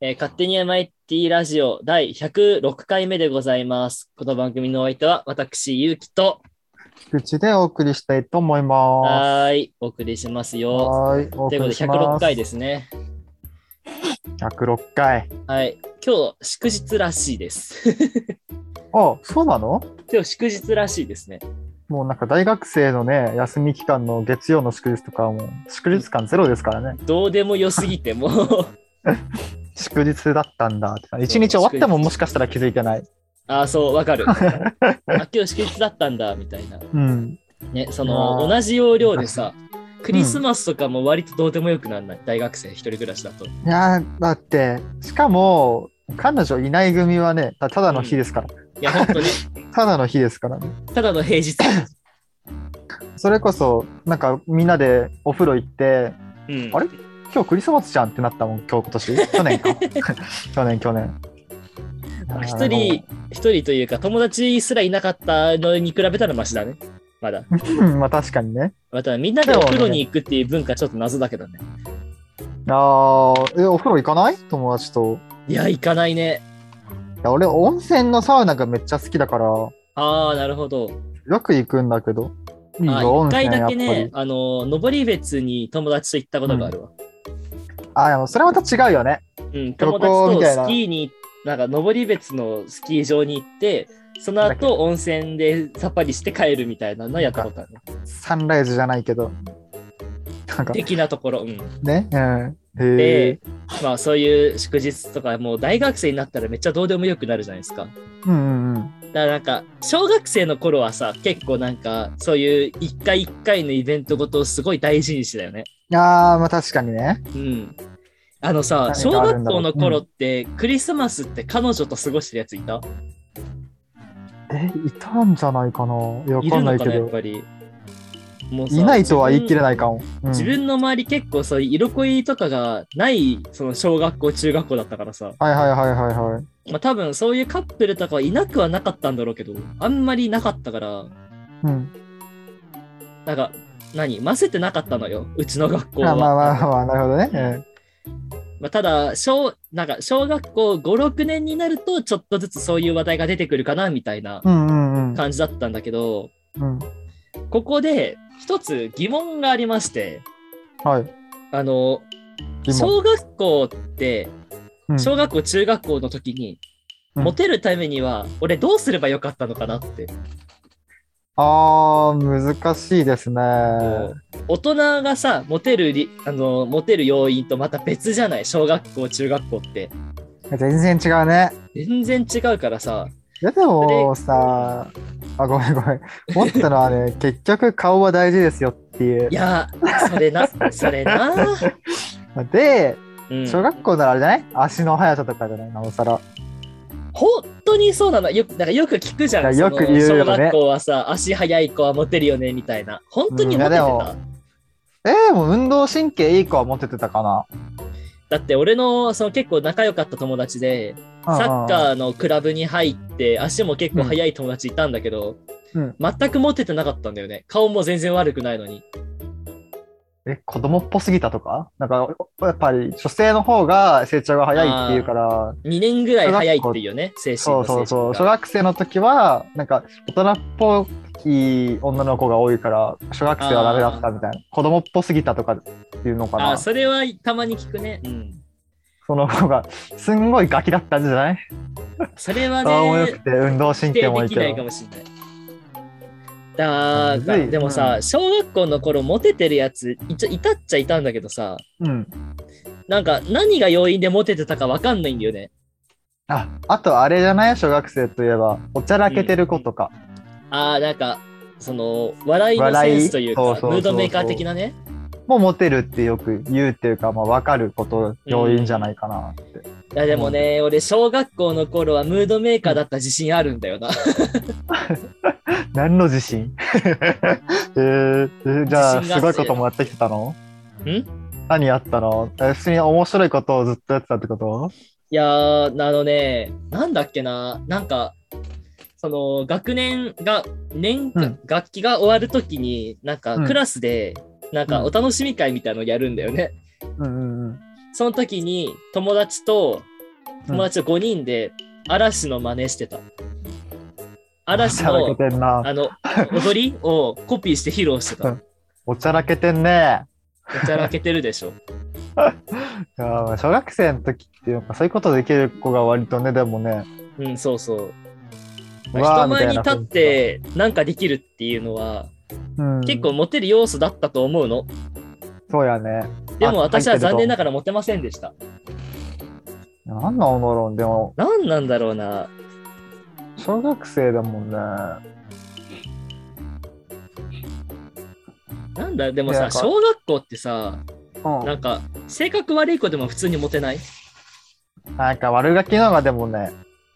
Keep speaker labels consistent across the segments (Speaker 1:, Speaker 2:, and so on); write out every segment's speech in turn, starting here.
Speaker 1: えー勝手に MIT ラジオ第106回目でございます。この番組のお相手は私、ゆうきと、
Speaker 2: 菊池でお送りしたいと思いま
Speaker 1: はーい、お送りします
Speaker 2: す。
Speaker 1: よ。
Speaker 2: はーい。お
Speaker 1: ということ
Speaker 2: 送り
Speaker 1: で、
Speaker 2: します
Speaker 1: 106回ですね。
Speaker 2: 106回。
Speaker 1: はい。今日、祝日らしいです。
Speaker 2: あ、そうなの
Speaker 1: 今日、祝日らしいですね。
Speaker 2: もうなんか大学生のね、休み期間の月曜の祝日とかはもう祝日感ゼロですからね。
Speaker 1: どうでもよすぎても
Speaker 2: 祝日だったんだってな。一日終わってももしかしたら気づいてない。
Speaker 1: ああ、そう、わか る。あ、今日祝日だったんだ、みたいな。
Speaker 2: うん。
Speaker 1: ね、その、
Speaker 2: あー
Speaker 1: 同じ要領でさ、クリスマスとかも割とどうでもよくなんない。大学生一人暮らしだと。
Speaker 2: いやー、だって、しかも、彼女いない組はね、たただの日ですから。
Speaker 1: いや、本当に、
Speaker 2: ただの日ですからね。
Speaker 1: ただの平 日。
Speaker 2: それこそ、なんかみんなでお風呂行って、
Speaker 1: うん、
Speaker 2: あれ今日クリスマスじゃんってなったもん、今日 今年。去年か。 去年、去年。
Speaker 1: 一人、一人というか、友達すらいなかったのに比べたらマシだね。ま だ。
Speaker 2: うん、まあ確かにね。
Speaker 1: また、みんなでお風呂に行くっていう文化ちょっと謎だけどね。
Speaker 2: ああ、え、お風呂行かない友達と。
Speaker 1: いや、行かないね。
Speaker 2: いや、俺、温泉のサウナがめっちゃ好きだから、よ
Speaker 1: ああ、なるほど。
Speaker 2: く行くんだけど。いい
Speaker 1: あー
Speaker 2: よ、温
Speaker 1: 一
Speaker 2: 泉
Speaker 1: 回
Speaker 2: や
Speaker 1: だ
Speaker 2: っ
Speaker 1: け
Speaker 2: ぱ
Speaker 1: ね
Speaker 2: り、。
Speaker 1: あの、登別に友達と行ったことがあるわ。
Speaker 2: あ、でもそれまた違うよね。
Speaker 1: うん、
Speaker 2: 旅
Speaker 1: 友
Speaker 2: 行
Speaker 1: 達
Speaker 2: みたい
Speaker 1: と
Speaker 2: な
Speaker 1: スキーに、なんか、登別のスキー場に行って、その
Speaker 2: だっけ
Speaker 1: 後、温泉でさっぱりして帰るみたいなのやったことある。
Speaker 2: サンライズじゃないけど。なんか、
Speaker 1: 的なところ。うん。
Speaker 2: ね。うん。へえ
Speaker 1: で。、まあ、そういう祝日とか、もう大学生になったらめっちゃどうでもよくなるじゃないですか。
Speaker 2: うんうんうん。
Speaker 1: だからなんか小学生の頃はさ結構なんかそういう一回一回のイベントごとをすごい大事にしてたよね。
Speaker 2: ああ、まあ確かにね。
Speaker 1: うん。あのさ小
Speaker 2: 何があ
Speaker 1: 学
Speaker 2: るんだろ
Speaker 1: 校
Speaker 2: う
Speaker 1: の頃って、クリスマスって彼女と過ごしてるやついた
Speaker 2: え、いたんじゃないかな。いやわ
Speaker 1: い
Speaker 2: か
Speaker 1: る
Speaker 2: んな
Speaker 1: の
Speaker 2: い
Speaker 1: か
Speaker 2: け
Speaker 1: なやっ
Speaker 2: ど。
Speaker 1: ぱり。もうさ
Speaker 2: いないとは言い切れ
Speaker 1: 自分
Speaker 2: ないかも。うん
Speaker 1: 自分の周り結構そういう色恋とかがないその小学校中学校だったからさ、
Speaker 2: はいはいはいはいはい。
Speaker 1: まあ、多分そういうカップルとかはいなくはなかったんだろうけどあんまりなかったから
Speaker 2: うん。
Speaker 1: なんか何混ぜてなかったのようちの学校は。
Speaker 2: まあまあまあまあ、なるほどね。うん
Speaker 1: まあ、ただ小、なんか小学校5、6年になると、ちょっとずつそういう話題が出てくるかなみたいな
Speaker 2: うんうんうん。
Speaker 1: 感じだったんだけど、
Speaker 2: うん。
Speaker 1: ここで一つ疑問がありまして、
Speaker 2: はい。
Speaker 1: あの、
Speaker 2: 疑問。
Speaker 1: 小学校って、
Speaker 2: うん
Speaker 1: 小学校、中学校の時に、
Speaker 2: うん
Speaker 1: モテるためには、俺どうすればよかったのかなって、
Speaker 2: あー、難しいですね。
Speaker 1: こう大人がさ、モテるり、あの、モテる要因とまた別じゃない、小学校、中学校って。
Speaker 2: 全然違うね。
Speaker 1: 全然違うからさ、
Speaker 2: いやでもさ、あ、ごめんごめん。思ったのは ね、結局顔は大事ですよっていう
Speaker 1: い。やー、それ な、それなー。
Speaker 2: で、
Speaker 1: うん
Speaker 2: 小学校ならあれじゃない足の速さとかじゃないなおさら。
Speaker 1: 本当にそうなのよなんかよく聞くじゃん
Speaker 2: いやよく言うよね
Speaker 1: その小学校はさ足速い子はモテるよねみたいな本当にモテてた、
Speaker 2: うんいやでえー、もう運動神経いい子は持ててたかな。
Speaker 1: だって俺のその結構仲良かった友達でサッカーのクラブに入って足も結構速い友達いたんだけど、
Speaker 2: うん
Speaker 1: 全くモテてなかったんだよね顔も全然悪くないのに
Speaker 2: ー。え、子供っぽすぎたとかなんか、やっぱり女性の方が成長が早いっていうから、
Speaker 1: 2年ぐらい速いっていうよね精神
Speaker 2: そ
Speaker 1: の
Speaker 2: う
Speaker 1: 成長
Speaker 2: そ
Speaker 1: が
Speaker 2: うそう。小学生の時は、なんか大人っぽい女の子が多いから、小学生はダメだったみたいな。子供っぽすぎたとかっていうのか
Speaker 1: あ
Speaker 2: な
Speaker 1: ー。それはたまに聞くねうん
Speaker 2: その子が、すんごいガキだったんじゃない
Speaker 1: それは
Speaker 2: 顔も良
Speaker 1: ね
Speaker 2: くて運動
Speaker 1: 否
Speaker 2: 神経
Speaker 1: 定
Speaker 2: もい
Speaker 1: で
Speaker 2: い
Speaker 1: きな
Speaker 2: け
Speaker 1: いか
Speaker 2: ど。
Speaker 1: もしれない。だ
Speaker 2: むずい
Speaker 1: でもさ、
Speaker 2: う
Speaker 1: 小学校の頃モテてるやつ一応いたっちゃいたんだけどさ
Speaker 2: うん。
Speaker 1: なんか何が要因でモテてたかわかんないんだよね。
Speaker 2: あ、あとあれじゃない小学生といえば、おちゃらけてる子とか。
Speaker 1: ああなんかその笑いのセンスというか
Speaker 2: 笑いそうそうそうそう
Speaker 1: ムードメーカー的なね
Speaker 2: もうモテるってよく言うっていうか、まあ分かること要因じゃないかなって。
Speaker 1: いやでもね、俺小学校の頃はムードメーカーだった自信あるんだよな
Speaker 2: 何の 自信えーえーじゃあ、
Speaker 1: 自信が
Speaker 2: すごいこともやってきてたの
Speaker 1: ん
Speaker 2: 何やったのえ普通に面白いことをずっとやってたってこと
Speaker 1: いやーあのねなんだっけななんかその学年が年、
Speaker 2: うん
Speaker 1: 学期が終わるときになんか
Speaker 2: うん
Speaker 1: クラスで、なんか
Speaker 2: うん
Speaker 1: お楽しみ会みたいのやるんだよね、
Speaker 2: うんうんうん。
Speaker 1: その時に友達と友達と5人で嵐の真似してた。
Speaker 2: お
Speaker 1: 嵐
Speaker 2: ち ゃらけ
Speaker 1: の
Speaker 2: てんな。
Speaker 1: あの踊りをコピーして披露してた。
Speaker 2: おちゃらけてんね。
Speaker 1: おちゃらけてるでしょ。
Speaker 2: いやー小学生の時っていうかそういうことできる子が割とねでもね
Speaker 1: うん、そうそう。
Speaker 2: うわ
Speaker 1: 人
Speaker 2: ーみた
Speaker 1: 前
Speaker 2: いな
Speaker 1: に立ってなんかできるっていうのは
Speaker 2: うん
Speaker 1: 結構モテる要素だったと思うの。
Speaker 2: そうやね
Speaker 1: でも私は残念な
Speaker 2: が
Speaker 1: がらモテませんでした。
Speaker 2: ら何なんだろうでも
Speaker 1: 何なんだろうな。
Speaker 2: 小学生だもんね
Speaker 1: なんだでも
Speaker 2: な
Speaker 1: さ、
Speaker 2: んか
Speaker 1: 小学校ってさ、
Speaker 2: うん
Speaker 1: なんか性格悪い子でも普通にモテない、
Speaker 2: なんか悪ガキのがでもね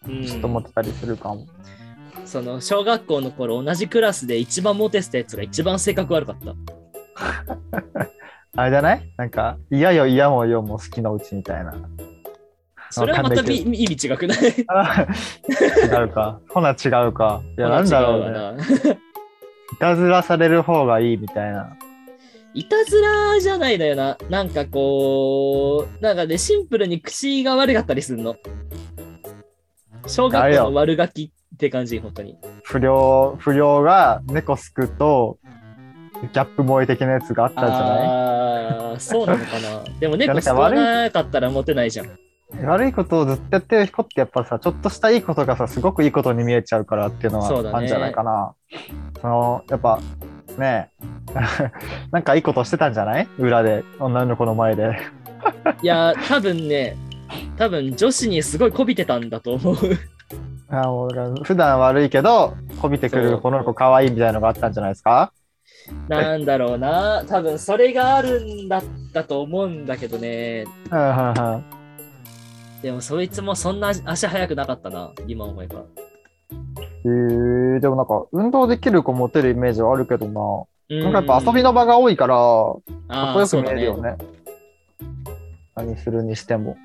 Speaker 1: うん、
Speaker 2: ちょっと持ってたりするかも、
Speaker 1: その小学校の頃同じクラスで一番モテてたやつが一番性格悪かった。
Speaker 2: あれじゃないなんか嫌よ嫌もよも好きのうちみたいな
Speaker 1: それはまたび
Speaker 2: わ
Speaker 1: 意味違くない
Speaker 2: あ違 うかほな違うかいやなんだろう
Speaker 1: 違
Speaker 2: ね
Speaker 1: わな
Speaker 2: いたずらされる方がいいみたいない
Speaker 1: たずらじゃないのよな。なんかこう、なんかね、シンプルに口が悪かったりするの。小学校の悪ガキって感じ、本当に。
Speaker 2: 不良不良が猫すくとギャップ萌え的なやつがあったじゃない
Speaker 1: ああ、そうなのか な。でも
Speaker 2: や
Speaker 1: 猫
Speaker 2: なん
Speaker 1: 使
Speaker 2: か
Speaker 1: わ
Speaker 2: 悪い
Speaker 1: なかったらモテないじゃん。
Speaker 2: 悪いことをずっとやってる人ってやっぱさちょっとしたいいことがさすごくいいことに見えちゃうからっていうのは
Speaker 1: そうだね
Speaker 2: あるんじゃないかなそ,、のやっぱねえ なんかいいことしてたんじゃない裏で女の子の前で
Speaker 1: いやー、多分ね、多分女子にすごい媚びてたんだと思う。
Speaker 2: あもうなんか普段悪いけどこびてく
Speaker 1: そう
Speaker 2: るこの子可愛いみたいなのがあったんじゃないですか
Speaker 1: なんだろうな、多分それがあるんだったと思うんだけどね。
Speaker 2: うんうんうん
Speaker 1: でもそいつもそんな足速くなかったな、今思えば。
Speaker 2: へえでもなんか運動できる子モテるイメージはあるけどな
Speaker 1: な
Speaker 2: なんかやっぱ遊びの場が多いからかっこよく見えるよ
Speaker 1: ね。
Speaker 2: ね何するにしても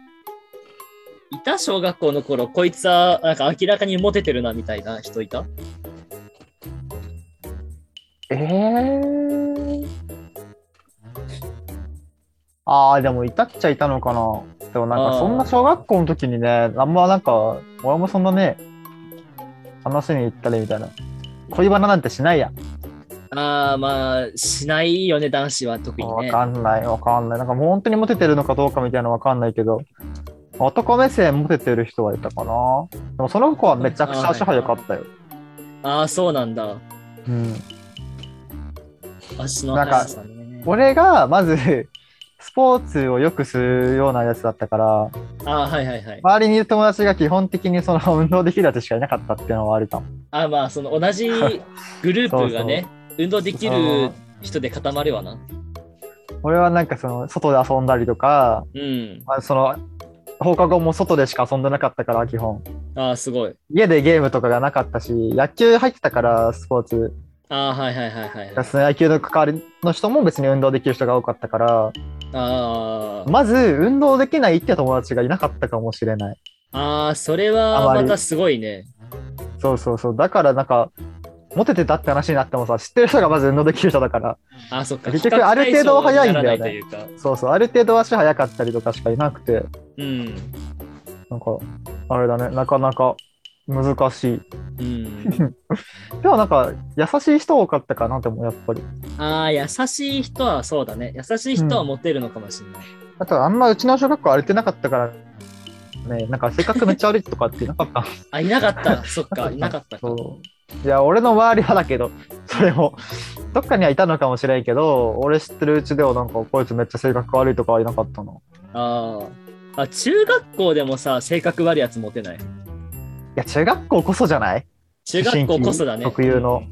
Speaker 1: いた小学校の頃、こいつはなんか明らかにモテてるなみたいな人いた
Speaker 2: ええああ、でもいたっちゃいたのかな。でもなん
Speaker 1: あー
Speaker 2: かそんな小学校の時にね、あんまなんか、俺もそんなね、話しに行ったりみたいな。恋バナなんてしないや。
Speaker 1: ああ、まあ、しないよね、男子は特に
Speaker 2: わ
Speaker 1: ね。
Speaker 2: かんない、わかんない。なんかもう本当にモテてるのかどうかみたいなのわかんないけど、男目線モテてる人はいたかな。でもその子はめちゃくちゃ足早かったよ。
Speaker 1: ああ、そうなんだ。
Speaker 2: うん。
Speaker 1: 足の
Speaker 2: なんか
Speaker 1: 速さね。
Speaker 2: 俺がまず、スポーツをよくするようなやつだったから、
Speaker 1: ああ、はいはいはい。
Speaker 2: 周りにいる友達が基本的にその運 動できるやつしかいなかったっていうのはあるかも。
Speaker 1: ああ、まあ、その 同じグループがね、運動できる人で固まるわな。
Speaker 2: 俺はなんかその外で遊んだりとか、
Speaker 1: うん。
Speaker 2: まあ、その放課後も外でしか遊んでなかったから基本。
Speaker 1: ああ、すごい。
Speaker 2: 家でゲームとかがなかったし、野球入ってたからスポーツ。
Speaker 1: ああ、はいはいはいはい。
Speaker 2: その野球の関わりの人も別に運動できる人が多かったから、
Speaker 1: あー
Speaker 2: まず運動できないって友達がいなかったかもしれない。
Speaker 1: あー、それ
Speaker 2: あ
Speaker 1: は
Speaker 2: まり
Speaker 1: またすごいね。
Speaker 2: そうそうそう。だからなんか、モテてたって話になってもさ、知ってる人がまず運動できる人だから、
Speaker 1: あ、そっか。
Speaker 2: 結局ある程度は早いんだよね
Speaker 1: 比較対象にならない
Speaker 2: そうそう、ある程度足早かったりとかしかいなくて、
Speaker 1: というか。
Speaker 2: なんか、あれだね、なかなか難しい。
Speaker 1: うん。
Speaker 2: でもなんか、優しい人多かったかな、でもやっぱり。
Speaker 1: うん、ああ、優しい人はそうだね。優しい人はモテるのかもしれない。
Speaker 2: あと、あんまうちの小学校荒れてなかったから、ね、なんか性格めっちゃ悪いとかってなかった。
Speaker 1: あ、いなかった。そっ か、いなかったか。
Speaker 2: そう。いや、俺の周りはだけど、それも、どっかにはいたのかもしれんけど、俺知ってるうちではなんか、こいつめっちゃ性格悪いとかはいなかったな。い
Speaker 1: あーあ。中学校でもさ、性格悪いやつモテない。
Speaker 2: や、中学校こそじゃない
Speaker 1: 中学校こそだね。
Speaker 2: 思春期特有の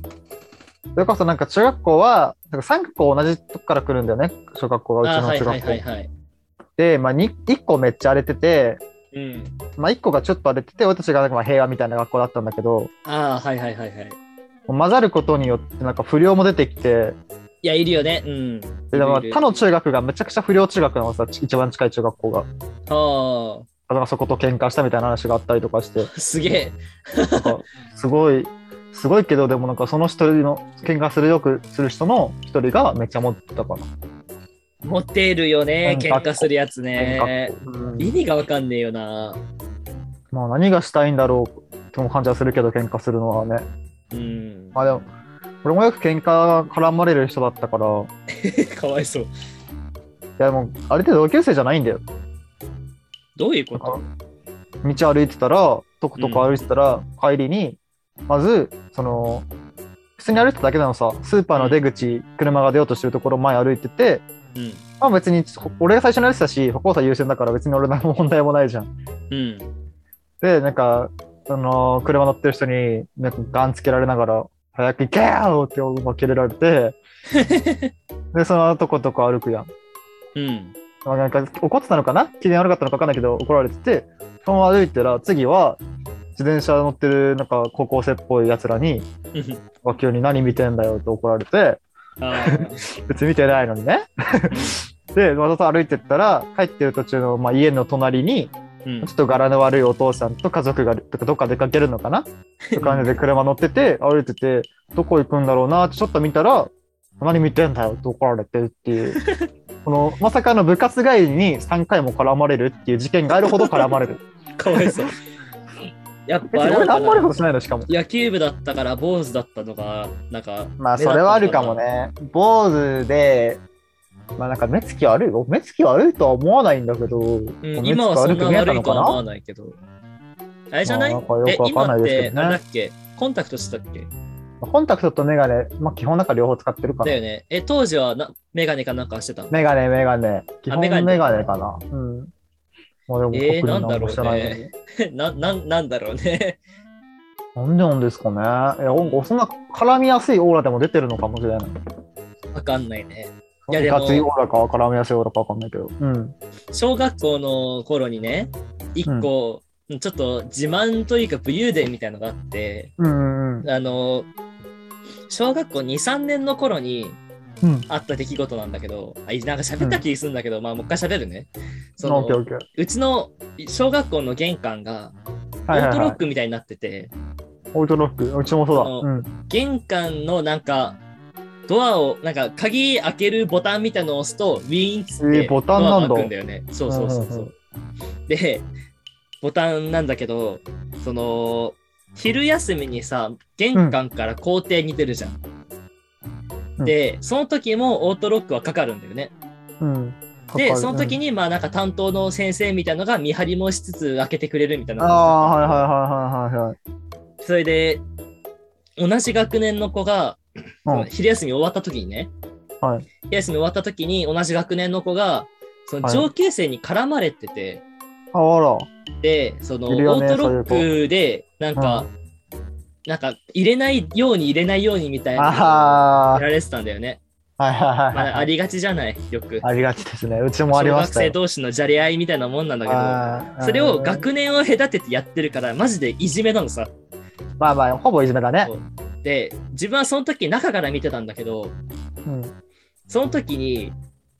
Speaker 2: それこそなんか中学校は、なんか3校同じとこから来るんだよね、小学校
Speaker 1: うん。
Speaker 2: が
Speaker 1: あ
Speaker 2: う
Speaker 1: ー
Speaker 2: ち
Speaker 1: はいは
Speaker 2: の中
Speaker 1: いは
Speaker 2: 学
Speaker 1: い
Speaker 2: 校。
Speaker 1: はい。
Speaker 2: で、まあ、に1個めっちゃ荒れてて、
Speaker 1: うん。
Speaker 2: まあ、1個がちょっと荒れてて、俺たちがなんかまあ平和みたいな学校だったんだけど、
Speaker 1: ああ、はいはいはいはい。
Speaker 2: 混ざることによってなんか不良も出てきて、
Speaker 1: いや、いるよね。うん。
Speaker 2: ででもまあ
Speaker 1: いるいる
Speaker 2: 他の中学がめちゃくちゃ不良中学なのさ、ち一番近い中学校が。
Speaker 1: あ
Speaker 2: だからそこと喧嘩したみたいな話があったりとかして、
Speaker 1: あ、 すげえ。
Speaker 2: なんかすごい、すごいけど、でもなんかその一人の、喧嘩するよくする人の一人がめっちゃ持ってたかな。
Speaker 1: モテるよね、
Speaker 2: うん
Speaker 1: 喧嘩するやつね
Speaker 2: なん。かうん
Speaker 1: 意味がわかんねえよな。
Speaker 2: まあ何がしたいんだろうっても感じはするけど、喧嘩するのはね。
Speaker 1: うん。
Speaker 2: まあでも、俺もよく喧嘩絡まれる人だったから、い
Speaker 1: かわいそう。
Speaker 2: やでも、あれって同級生じゃないんだよ。
Speaker 1: どういうこ
Speaker 2: なん
Speaker 1: と
Speaker 2: か道歩いてたら、とことこ歩いてたら、帰りに、まず、その、普通に歩いてただけなのさ、スーパーの出口、車が出ようとしてるところ前歩いてて、
Speaker 1: うん。
Speaker 2: まあ別に、ほ俺が最初に歩いてたし、歩行者優先だから別に俺何も問題もないじゃん。
Speaker 1: うん。
Speaker 2: で、なんか、その、車乗ってる人に、なんかガンつけられながら、早く行けよって思切れられて、で、そのとことこ歩くやん。
Speaker 1: うん。
Speaker 2: まあなんか怒ってたのかな機嫌悪かったのかわかんないけど怒られてて、そのまま歩いてたら、次は、自転車乗ってるなんか高校生っぽい奴らに、
Speaker 1: うん
Speaker 2: わ急に何見てんだよって怒られて、
Speaker 1: あ
Speaker 2: 別に見てないのにね。で、また歩いてったら、帰ってる途中の、まあ、家の隣に、
Speaker 1: ーう ん
Speaker 2: ちょっと柄の悪いお父さんと家族がとかどっか出かけるの かなとかで車乗ってて歩いててどこ行くんだろうなってちょっと見たら何見てんだよって怒られてるっていう このまさかの部活帰りに3回も絡まれるっていう事件があるほど絡まれる
Speaker 1: かわいそう。やっ
Speaker 2: 別
Speaker 1: ぱ
Speaker 2: に俺
Speaker 1: なんか
Speaker 2: 何も悪いこ
Speaker 1: な
Speaker 2: としないのしかも
Speaker 1: 野球部だったから坊主だったのが、なんか、
Speaker 2: まあそれはあるかもね坊主でまあなんか目つき悪いよ目つき悪いとは思わないんだけど、
Speaker 1: うん、
Speaker 2: 目つき
Speaker 1: 今はそんな
Speaker 2: 悪く見えた
Speaker 1: 悪
Speaker 2: の
Speaker 1: いと
Speaker 2: か
Speaker 1: は思わ
Speaker 2: な
Speaker 1: ないけど。あれじゃない
Speaker 2: まあなんかよ
Speaker 1: え、
Speaker 2: くわかん
Speaker 1: 今
Speaker 2: ない
Speaker 1: っ
Speaker 2: ですけ
Speaker 1: て、
Speaker 2: どね
Speaker 1: あれだっけコンタクトしてたっけ
Speaker 2: コンタクトとメガネ、まあ、基本なんか両方使ってるから
Speaker 1: だよね。え、当時はなメガネかなんかしてたの
Speaker 2: メガネ、メガネ。基本
Speaker 1: メ
Speaker 2: メ
Speaker 1: ガ
Speaker 2: ガ
Speaker 1: ネ
Speaker 2: ネかな。うん。まあでも
Speaker 1: えー
Speaker 2: 特に何もしてない
Speaker 1: なんだろ
Speaker 2: の
Speaker 1: う
Speaker 2: に
Speaker 1: ななんなんだろうね。
Speaker 2: なんでなんですかね。いや、なんかそんな絡みやすいオーラでも出てるのかもしれない。
Speaker 1: わかんないね。い
Speaker 2: い
Speaker 1: や
Speaker 2: や
Speaker 1: でも
Speaker 2: 熱いオーラか絡みやすいオーラかわかんないけど。うん。
Speaker 1: 小学校の頃にね、一個、ちょっと自慢というか武勇伝みたいのがあって、
Speaker 2: うんうん
Speaker 1: あの、小学校2、3年の頃に
Speaker 2: うん。うん。
Speaker 1: あった出来事なんだけど、あいなんか喋った気するんだけど、まあもう一回喋るね。そ
Speaker 2: オ
Speaker 1: の
Speaker 2: ッケーオッケー。
Speaker 1: うちの小学校の玄関がオ
Speaker 2: はい
Speaker 1: ー
Speaker 2: はい
Speaker 1: トロ
Speaker 2: は
Speaker 1: ッ
Speaker 2: い。
Speaker 1: クみたいになってて、
Speaker 2: オートロック。うちもそうだ。
Speaker 1: あの
Speaker 2: うん。
Speaker 1: 玄関のなんか、ドアを、なんか鍵開けるボタンみたいのを押すと、ウィーンっつっ
Speaker 2: え
Speaker 1: て、
Speaker 2: ーボタンなんだ
Speaker 1: ドアが開くんだよね。そうそうそうそう。
Speaker 2: うん
Speaker 1: で、ボタンなんだけど、その、昼休みにさ、玄関から校庭に出るじゃん。
Speaker 2: うん
Speaker 1: で、その時もオートロックはかかるんだよね。
Speaker 2: うん。
Speaker 1: で、その時
Speaker 2: に。
Speaker 1: に、まあなんか担当の先生みたいのが見張りもしつつ開けてくれるみたい
Speaker 2: あ
Speaker 1: な感じだった
Speaker 2: あ、はいはいはいはいはいはい。
Speaker 1: それで、同じ学年の子が、
Speaker 2: うん
Speaker 1: その昼休み終わった時にね、
Speaker 2: はい
Speaker 1: 昼休み終わった時に同じ学年の子が、その
Speaker 2: はい
Speaker 1: 上級生に絡まれてて、
Speaker 2: ああら。
Speaker 1: で、その、
Speaker 2: いるよ
Speaker 1: オ
Speaker 2: ね
Speaker 1: ートロックで、なんか、なんか、入れないように入れないようにみたいな、や
Speaker 2: あ
Speaker 1: られてたんだよね。
Speaker 2: あ。はいはい
Speaker 1: ま
Speaker 2: はい
Speaker 1: あ、
Speaker 2: は
Speaker 1: あ
Speaker 2: い。
Speaker 1: りがちじゃない、よく。
Speaker 2: ありがちですね。うちも
Speaker 1: 小
Speaker 2: ありま
Speaker 1: 学
Speaker 2: した
Speaker 1: 生
Speaker 2: よ。
Speaker 1: 同士のじゃれ合いみたいなもんなんだけど、
Speaker 2: あー
Speaker 1: それを
Speaker 2: うん
Speaker 1: 学年を隔ててやってるから、マジでいじめなのさ。
Speaker 2: まあまあ、ほぼいじめだね。
Speaker 1: で、自分はその時中から見てたんだけど、
Speaker 2: うん。
Speaker 1: その時に、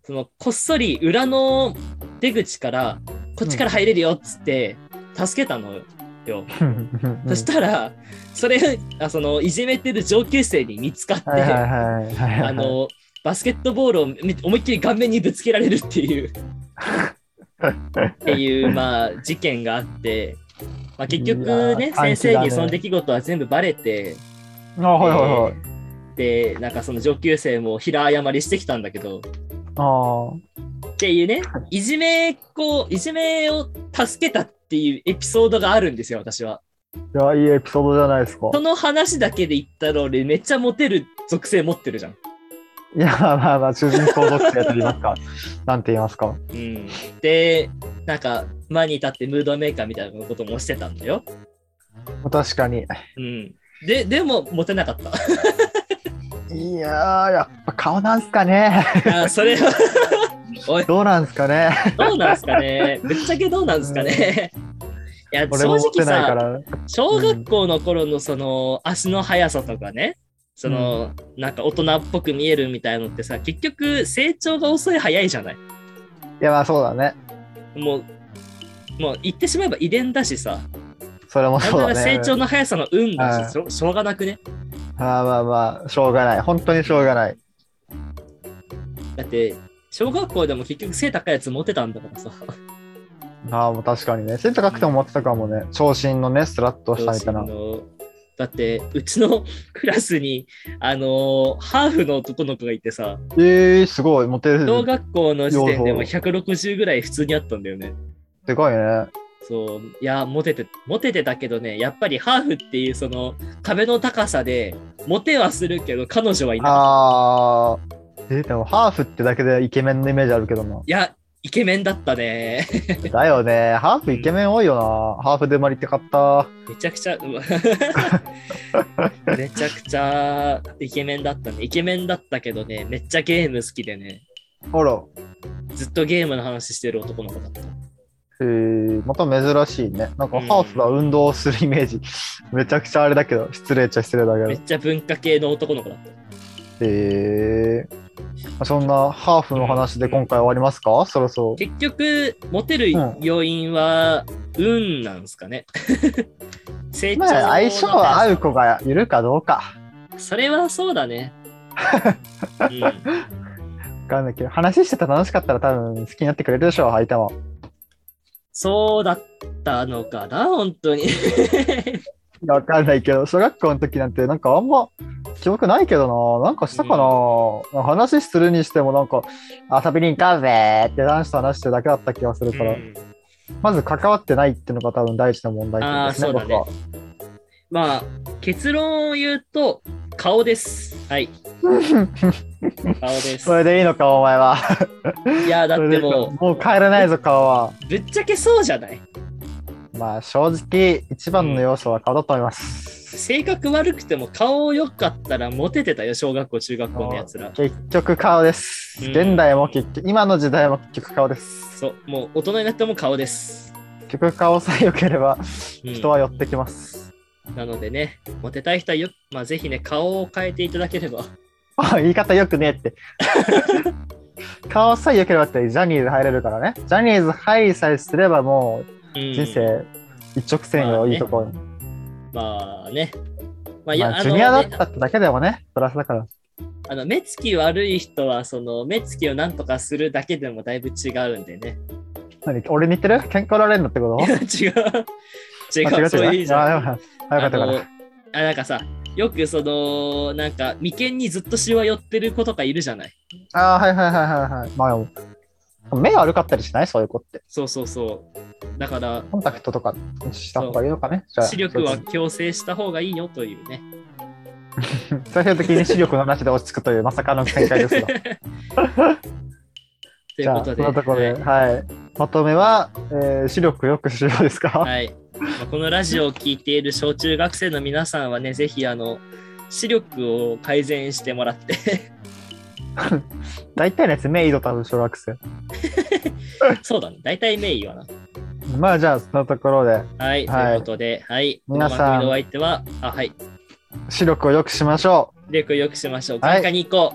Speaker 1: そのこっそり裏の出口から、こっちから入れるよっつって、助けたのよ。 そしたら、それあ、その、いじめてる上級生に見つかって、
Speaker 2: はいはいはいはいはい。
Speaker 1: あの、バスケットボールをめ思いっきり顔面にぶつけられるっていう、っていう、まあ、事件があって、まあ、結
Speaker 2: いや
Speaker 1: 局ね、先
Speaker 2: ー
Speaker 1: 生
Speaker 2: 短期だ
Speaker 1: に
Speaker 2: ね
Speaker 1: その出来事は全部バレて、
Speaker 2: あ、はいはいはい。
Speaker 1: で、なんかその上級生も平謝りしてきたんだけど、
Speaker 2: あ
Speaker 1: っていうね、いじめ、こう、いじめを助けたっていうエピソードがあるんですよ、私は。
Speaker 2: あ、いや、いいエピソードじゃないですか。
Speaker 1: その話だけで言ったら俺めっちゃモテる属性持ってるじゃん。
Speaker 2: いや、まあまあ、主人公属性と言いますか。 なんて言いますか。
Speaker 1: うん。で、なんか、前に立ってムードメーカーみたいなこともしてたんだよ。
Speaker 2: 確かに。
Speaker 1: うん。で、でも、モテなかった。
Speaker 2: いやー、やっぱ顔なんすかね。
Speaker 1: あそれはおい、
Speaker 2: どうなんすかね。
Speaker 1: どうなんすかね。 ぶっちゃけどうなんすかね。いや、
Speaker 2: 俺
Speaker 1: 正
Speaker 2: も持って
Speaker 1: 直
Speaker 2: ないか
Speaker 1: さ、
Speaker 2: ら。
Speaker 1: 小学校の頃のその足の速さとかね、そのなんか大人っぽく見えるみたいのってさ、結局成長が遅い早いじゃない。
Speaker 2: いや、まあそうだね。
Speaker 1: もう、もう言ってしまえば遺伝だしさ、
Speaker 2: それも
Speaker 1: だ
Speaker 2: そう
Speaker 1: から
Speaker 2: だね。
Speaker 1: 成長の速さの運だ
Speaker 2: うん
Speaker 1: し、しょしょうがなくね。
Speaker 2: まあまあまあ、しょうがない。本当にしょうがない。
Speaker 1: だって、小学校でも結局背高いやつ持ってたんだからさ。
Speaker 2: ああ、もう確かにね。背高くても持ってたかもね。長身のね、スラッとしたみたいな
Speaker 1: あ。のだって、うちの クラスに、あのーハーフの男の子がいてさ、
Speaker 2: えー、すごい、モテる。
Speaker 1: 小学校の時点でも
Speaker 2: 両
Speaker 1: 160ぐらい普通にあったんだよね。
Speaker 2: でかいね。
Speaker 1: そう、いや、モテて、モテてたけどね、やっぱりハーフっていうその壁の高さで、モテはするけど、彼女はいない。
Speaker 2: ああ。えーでもハーフってだけでイケメンのイメージあるけどな。
Speaker 1: いや、イケメンだったね。
Speaker 2: だよね。ハーフイケメン多いよな。ハーフで生まれて買った。
Speaker 1: めちゃくちゃ、うわ めちゃくちゃイケメンだったね。イケメンだったけどね、めっちゃゲーム好きでね、
Speaker 2: ほら。
Speaker 1: ずっとゲームの話してる男の子だった。
Speaker 2: えー、また珍しいね。なんかハーフは運動するイメージ。 めちゃくちゃあれだけど、失礼っちゃ失礼だ
Speaker 1: め
Speaker 2: け
Speaker 1: っ
Speaker 2: ど。
Speaker 1: ちゃ文化系の男の子だった。
Speaker 2: えー。まあそんなハーフの話で今回終わりますかそろそろ。
Speaker 1: 結局、モテる要因は、運なんですかね。 成長
Speaker 2: ま
Speaker 1: の
Speaker 2: あ、相性は合う子がいるかどうか。
Speaker 1: それはそうだね。うん、
Speaker 2: わかんないけど、話してたら楽しかったら多分好きになってくれるでしょう、相手も。
Speaker 1: そうだったのかな、本当に。
Speaker 2: いやわかんないけど、小学校の時なんてなんかあんま記憶ないけどな。なんかしたかな、話するにしてもなんか、遊びに行かうぜって男子と話してるだけだった気がするから、
Speaker 1: うん
Speaker 2: まず関わってないっていうのが多分第一の問題点ですね、
Speaker 1: あーそうだ
Speaker 2: 僕
Speaker 1: ね
Speaker 2: は。
Speaker 1: まあ、結論を言うと、顔です。はい。顔です
Speaker 2: そ。れでいいのか、お前は。
Speaker 1: いや、だ
Speaker 2: そ
Speaker 1: っ
Speaker 2: れ
Speaker 1: て
Speaker 2: でいいの
Speaker 1: も
Speaker 2: かもう帰れないぞ、顔は。
Speaker 1: う、ぶっちゃけそうじゃない。
Speaker 2: まあ、正直、一番の要素は顔だと思います。
Speaker 1: 性格悪くても顔良かったらモテてたよ、小学校、中学校のやつら。
Speaker 2: 結局顔で
Speaker 1: う
Speaker 2: す。
Speaker 1: ん
Speaker 2: 現代も結局、今の時代も結局顔です。
Speaker 1: そう、もう大人になっても顔です。
Speaker 2: 結局顔さえ良ければ
Speaker 1: うん
Speaker 2: 人は寄ってきます。
Speaker 1: なのでね、モテたい人はよ、まあ、ぜひね、顔を変えていただければ。
Speaker 2: あ 言い方良くねえって。顔さえ良ければってジャニーズ入れるからね。ジャニーズ入りさえすればもう
Speaker 1: 人
Speaker 2: 人。生一直線
Speaker 1: まあ
Speaker 2: よ、
Speaker 1: ね
Speaker 2: いいところに。
Speaker 1: まあね。まあ、いや、
Speaker 2: まあ、
Speaker 1: あ
Speaker 2: ジ
Speaker 1: の
Speaker 2: ュニアだ
Speaker 1: ね、
Speaker 2: ったってだけでもね、プラスだから。
Speaker 1: あの目つき悪い人は、その目つきをなんとかするだけでもだいぶ違うんでね。
Speaker 2: 何俺似てる喧嘩売られんのってこ と
Speaker 1: 違う。違
Speaker 2: あ
Speaker 1: う、そういう意味じゃん。
Speaker 2: あよかった
Speaker 1: あ
Speaker 2: よかっ
Speaker 1: の
Speaker 2: た。
Speaker 1: あなんかさ、よくその、なんか、眉間にずっとシワ寄ってる子とかいるじゃない。
Speaker 2: あーはいはいはいはいはい。まあでも、目悪かったりしないそういう子って。
Speaker 1: そうそうそう。だから、
Speaker 2: コンタクトとかした方がいいのかね。じゃあ
Speaker 1: 視力は強制した方がいいよというね。
Speaker 2: 最終的に視力の話で落ち着くというまさかの展開ですが。
Speaker 1: ということで。
Speaker 2: じゃあそのところで、
Speaker 1: はい
Speaker 2: はいまとめは、えー視力よくしようですか、
Speaker 1: はい。まあこのラジオを聞いている小中学生の皆さんはね、ぜひあの視力を改善してもらって、
Speaker 2: 大体のやつ、メイド多分小学生。
Speaker 1: そうだね、大体名医はな。
Speaker 2: まあじゃあ、そのところで、
Speaker 1: はい、
Speaker 2: はい
Speaker 1: ということで、はい、
Speaker 2: 皆
Speaker 1: こ
Speaker 2: さん
Speaker 1: の番組のお相手は、あ、はい、
Speaker 2: 視力をよくしましょ
Speaker 1: 視力を良くしましょう。
Speaker 2: はい
Speaker 1: 眼科に行こ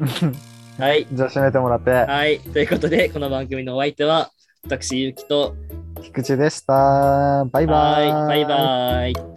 Speaker 2: う。
Speaker 1: う。はい、
Speaker 2: じゃあ、締めてもらって、
Speaker 1: はい、ということで、この番組のお相手は、私、ゆうきと、
Speaker 2: 菊池でした。バイバ
Speaker 1: は
Speaker 2: イ。
Speaker 1: い、バイバイ。